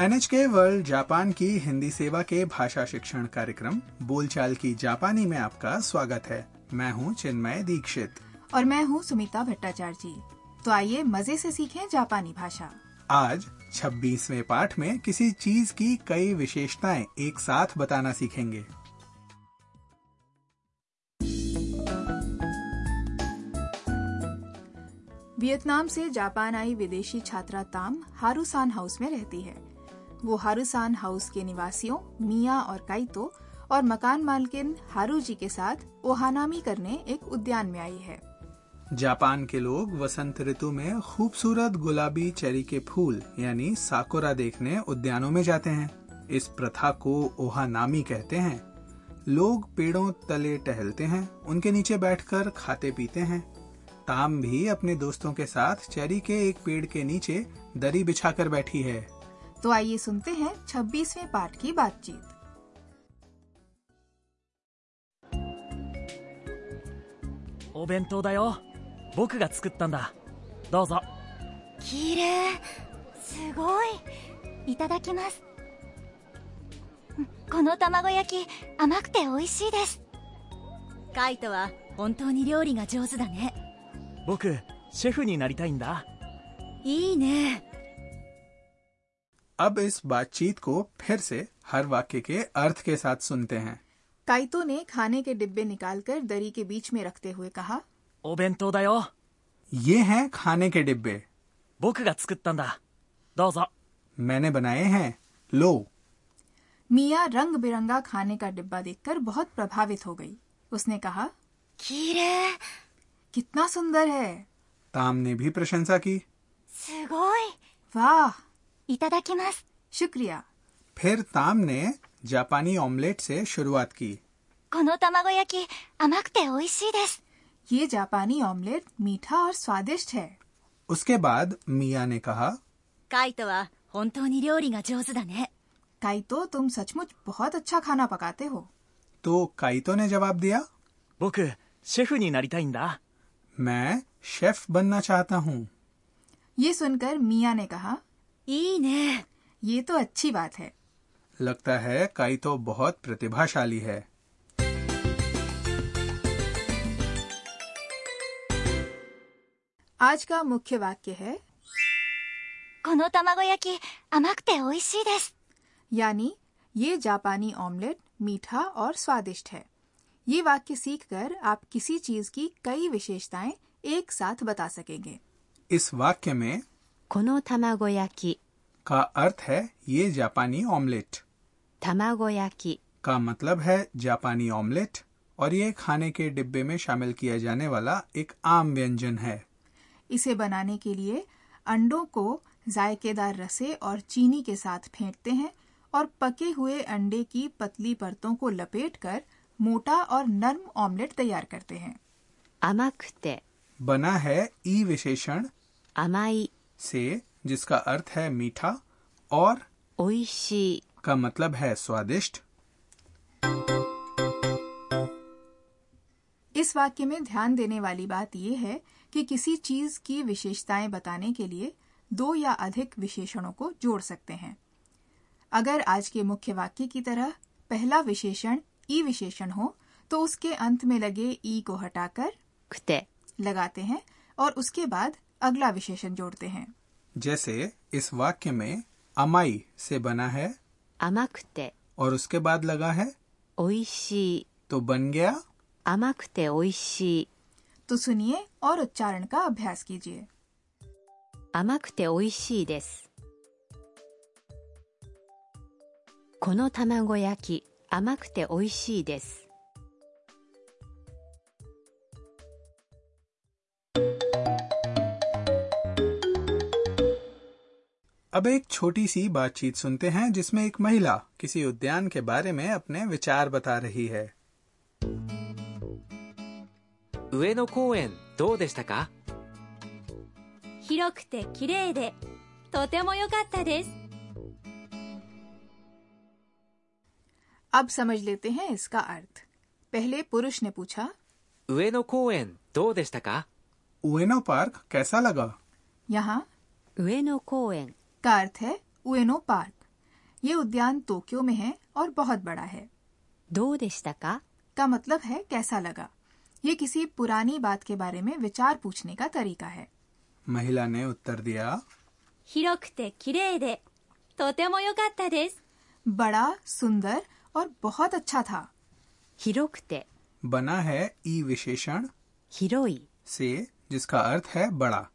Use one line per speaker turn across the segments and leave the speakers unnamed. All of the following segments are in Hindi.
NHK वर्ल्ड जापान की हिंदी सेवा के भाषा शिक्षण कार्यक्रम बोलचाल की जापानी में आपका स्वागत है मैं हूं चिन्मय दीक्षित
और मैं हूँ सुमिता भट्टाचार्य जी तो आइए मजे से सीखें जापानी भाषा
आज 26वें पाठ में किसी चीज की कई विशेषताएं एक साथ बताना सीखेंगे
वियतनाम से जापान आई विदेशी छात्रा ताम हारूसान हाउस में रहती है वो हारूसान हाउस के निवासियों मिया और काइतो और मकान मालकिन हारू जी के साथ ओहानामी करने एक उद्यान में आई है
जापान के लोग वसंत ऋतु में खूबसूरत गुलाबी चेरी के फूल यानी साकुरा देखने उद्यानों में जाते हैं इस प्रथा को ओहानामी कहते हैं लोग पेड़ों तले टहलते हैं उनके नीचे बैठकर खाते पीते हैं ताम भी अपने दोस्तों के साथ चेरी के एक पेड़ के नीचे दरी बिछाकर बैठी है
तो आइए सुनते हैं 26वें पार्ट की बातचीत
お弁当だよ僕が作ったんだどうぞ
綺麗すごいいただきますうんこの卵焼き甘くて美味しいですカイトは本当に料理が上手だね
僕シェフになりたいんだ
いいね
अब इस बातचीत को फिर से हर वाक्य के अर्थ के साथ सुनते हैं
काइतो ने खाने के डिब्बे निकालकर दरी के बीच में रखते हुए कहा
お弁当だよ
ये हैं खाने के डिब्बे
僕が作ったんだどうぞ
मैंने बनाए हैं लो
मिया रंग बिरंगा खाने का डिब्बा देखकर बहुत प्रभावित हो गई उसने कहा
綺麗
कितना सुंदर है
ताम ने भी प्रशंसा की
すごい
वाह
いただきます
शुक्रिया
फिर ताम ने जापानी ऑमलेट से शुरुआत की
この卵焼き甘くて美味しいです
ये जापानी ऑमलेट मीठा और स्वादिष्ट है
उसके बाद मिया ने कहा
カイトは本当に料理が上手だね
काइतो तो तुम सचमुच बहुत अच्छा खाना पकाते हो
तो काइतो ने जवाब दिया
僕シェフになりたいんだ
मैं शेफ बनना चाहता हूँ
ये सुनकर मिया ने कहा
いいね
ये तो अच्छी बात है
लगता है काइतो बहुत प्रतिभाशाली है
आज का मुख्य वाक्य है
この卵焼き甘くて美味しいです
यानी ये जापानी ऑमलेट मीठा और स्वादिष्ट है ये वाक्य सीखकर आप किसी चीज की कई विशेषताएं एक साथ बता सकेंगे
इस वाक्य में
この卵焼き、
का अर्थ है ये जापानी ऑमलेट
卵焼き、
का मतलब है जापानी ऑमलेट और ये खाने के डिब्बे में शामिल किया जाने वाला एक आम व्यंजन है
इसे बनाने के लिए अंडों को जायकेदार रसे और चीनी के साथ फेंटते हैं और पके हुए अंडे की पतली परतों को लपेटकर मोटा और नर्म ऑमलेट तैयार करते हैं
甘くて、
बना है ई विशेषण
甘い、
से जिसका अर्थ है मीठा और
美味しい。
का मतलब है स्वादिष्ट
इस वाक्य में ध्यान देने वाली बात यह है कि किसी चीज की विशेषताएं बताने के लिए दो या अधिक विशेषणों को जोड़ सकते हैं अगर आज के मुख्य वाक्य की तरह पहला विशेषण ई विशेषण हो तो उसके अंत में लगे ई को हटाकर
くて、
लगाते हैं और उसके बाद अगला विशेषण जोड़ते हैं
जैसे इस वाक्य में अमाई से बना है
甘くて、
और उसके बाद लगा है
美味しい。
तो बन गया
甘くて美味しい。
तो सुनिए और उच्चारण का अभ्यास कीजिए
甘くて美味しいです。この卵焼き、甘くて美味しいです。
अब एक छोटी सी बातचीत सुनते हैं जिसमें एक महिला किसी उद्यान के बारे में अपने विचार बता रही है
上野公園どうでしたか
広くて綺麗でとても良かったです
अब समझ लेते हैं इसका अर्थ पहले पुरुष ने पूछा
上野公園どうでしたか
उएनो पार्क कैसा लगा
यहाँ
上野公園、
का अर्थ है उएनो पार्क ये उद्यान टोक्यो में है और बहुत बड़ा है
どうでしたか
का मतलब है कैसा लगा ये किसी पुरानी बात के बारे में विचार पूछने का तरीका है
महिला ने उत्तर दिया
広くて綺麗でとても良かったです
बड़ा सुंदर और बहुत अच्छा था
広くて
बना है ई विशेषण
広い
से जिसका अर्थ है बड़ा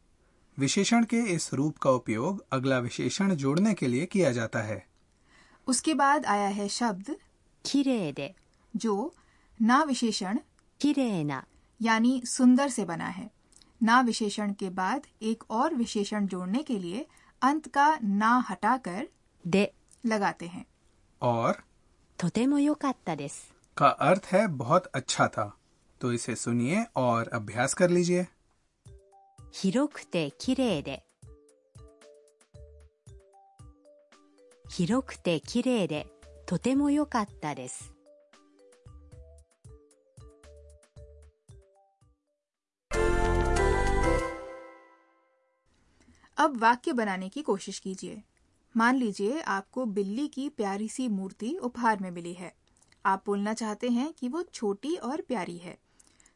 विशेषण के इस रूप का उपयोग अगला विशेषण जोड़ने के लिए किया जाता है
उसके बाद आया है शब्द
綺麗で
जो ना विशेषण
綺麗な
यानी सुंदर से बना है ना विशेषण के बाद एक और विशेषण जोड़ने के लिए अंत का ना हटाकर
で
लगाते हैं
और
とても良かったです
का अर्थ है बहुत अच्छा था तो इसे सुनिए और अभ्यास कर लीजिए
広くて綺麗で広くて綺麗でとても良かったです
अब वाक्य बनाने की कोशिश कीजिए मान लीजिए आपको बिल्ली की प्यारी सी मूर्ति उपहार में मिली है आप बोलना चाहते हैं कि वो छोटी और प्यारी है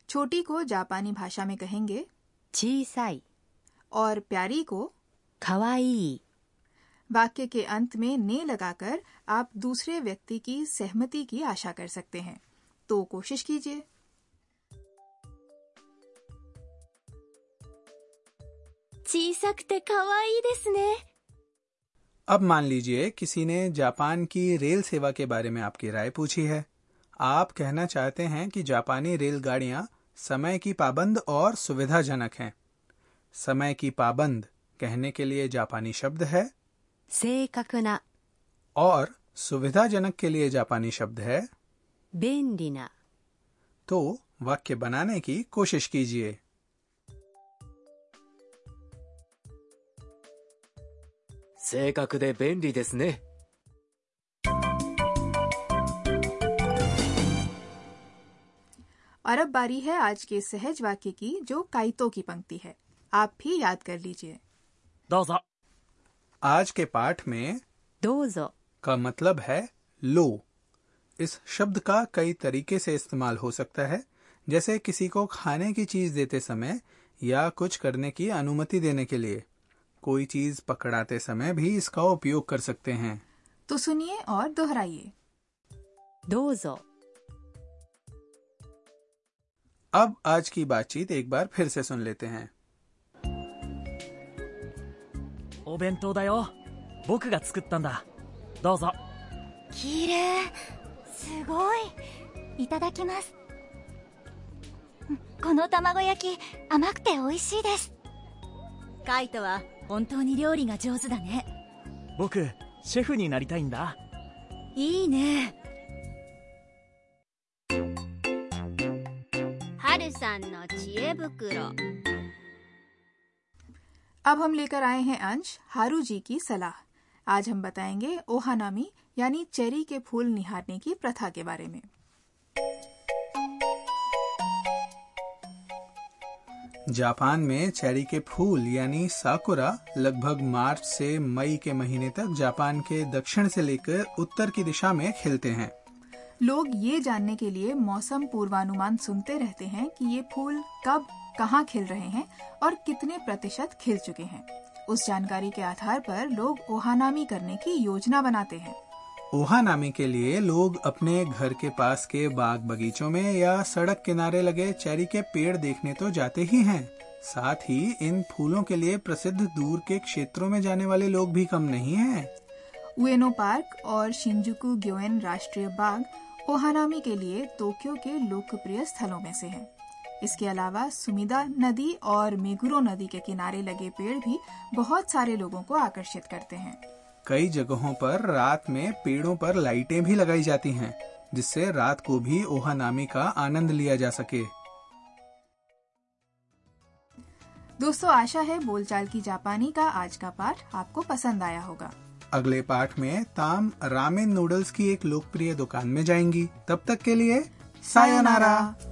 छोटी को जापानी भाषा में कहेंगे
小さい
और प्यारी को
かわいい
वाक्य के अंत में ने लगाकर आप दूसरे व्यक्ति की सहमति की आशा कर सकते हैं तो कोशिश कीजिए
小さくて可愛いですね
अब मान लीजिए किसी ने जापान की रेल सेवा के बारे में आपकी राय पूछी है आप कहना चाहते हैं कि जापानी रेलगाड़ियां समय की पाबंद और सुविधाजनक हैं समय की पाबंद कहने के लिए जापानी शब्द है
正確な
और सुविधाजनक के लिए जापानी शब्द है
便利な
तो वाक्य बनाने की कोशिश कीजिए
正確で便利ですね
और अब बारी है आज के सहज वाक्य की जो काइतो की पंक्ति है आप भी याद कर लीजिए
どうぞ
आज के पाठ में
どうぞ
का मतलब है लो इस शब्द का कई तरीके से इस्तेमाल हो सकता है जैसे किसी को खाने की चीज देते समय या कुछ करने की अनुमति देने के लिए कोई चीज पकड़ाते समय भी इसका उपयोग कर सकते हैं
तो सुनिए और दोहराइए
どうぞ
अब आज की बातचीत एक बार फिर से सुन लेते हैं
お弁当だよ僕が作ったんだどうぞ
綺麗すごいいただきますうんこの卵焼き甘くて美味しいですカイトは本当に料理が上手だね
僕シェフになりたいんだ
いいねはるさんの知恵袋
अब हम लेकर आए हैं अंश हारू जी की सलाह आज हम बताएंगे ओहानामी यानी चेरी के फूल निहारने की प्रथा के बारे में
जापान में चेरी के फूल यानी साकुरा लगभग मार्च से मई के महीने तक जापान के दक्षिण से लेकर उत्तर की दिशा में खिलते हैं
लोग ये जानने के लिए मौसम पूर्वानुमान सुनते रहते हैं कि ये फूल कब कहाँ खिल रहे हैं और कितने प्रतिशत खिल चुके हैं उस जानकारी के आधार पर लोग ओहानामी करने की योजना बनाते हैं
ओहानामी के लिए लोग अपने घर के पास के बाग बगीचों में या सड़क किनारे लगे चेरी के पेड़ देखने तो जाते ही हैं साथ ही इन फूलों के लिए प्रसिद्ध दूर के क्षेत्रों में जाने वाले लोग भी कम नहीं हैं।
उएनो पार्क और शिंजुकु ग्योएन राष्ट्रीय बाग ओहानामी के लिए टोक्यो के लोकप्रिय स्थलों में से हैं। इसके अलावा सुमिदा नदी और मेगुरो नदी के किनारे लगे पेड़ भी बहुत सारे लोगों को आकर्षित करते हैं
कई जगहों पर रात में पेड़ों पर लाइटें भी लगाई जाती हैं, जिससे रात को भी ओहानामी का आनंद लिया जा सके
दोस्तों आशा है बोलचाल की जापानी का आज का पाठ आपको पसंद आया होगा
अगले पाठ में ताम रामेन नूडल्स की एक लोकप्रिय दुकान में जाएंगी तब तक के लिए सायोनारा।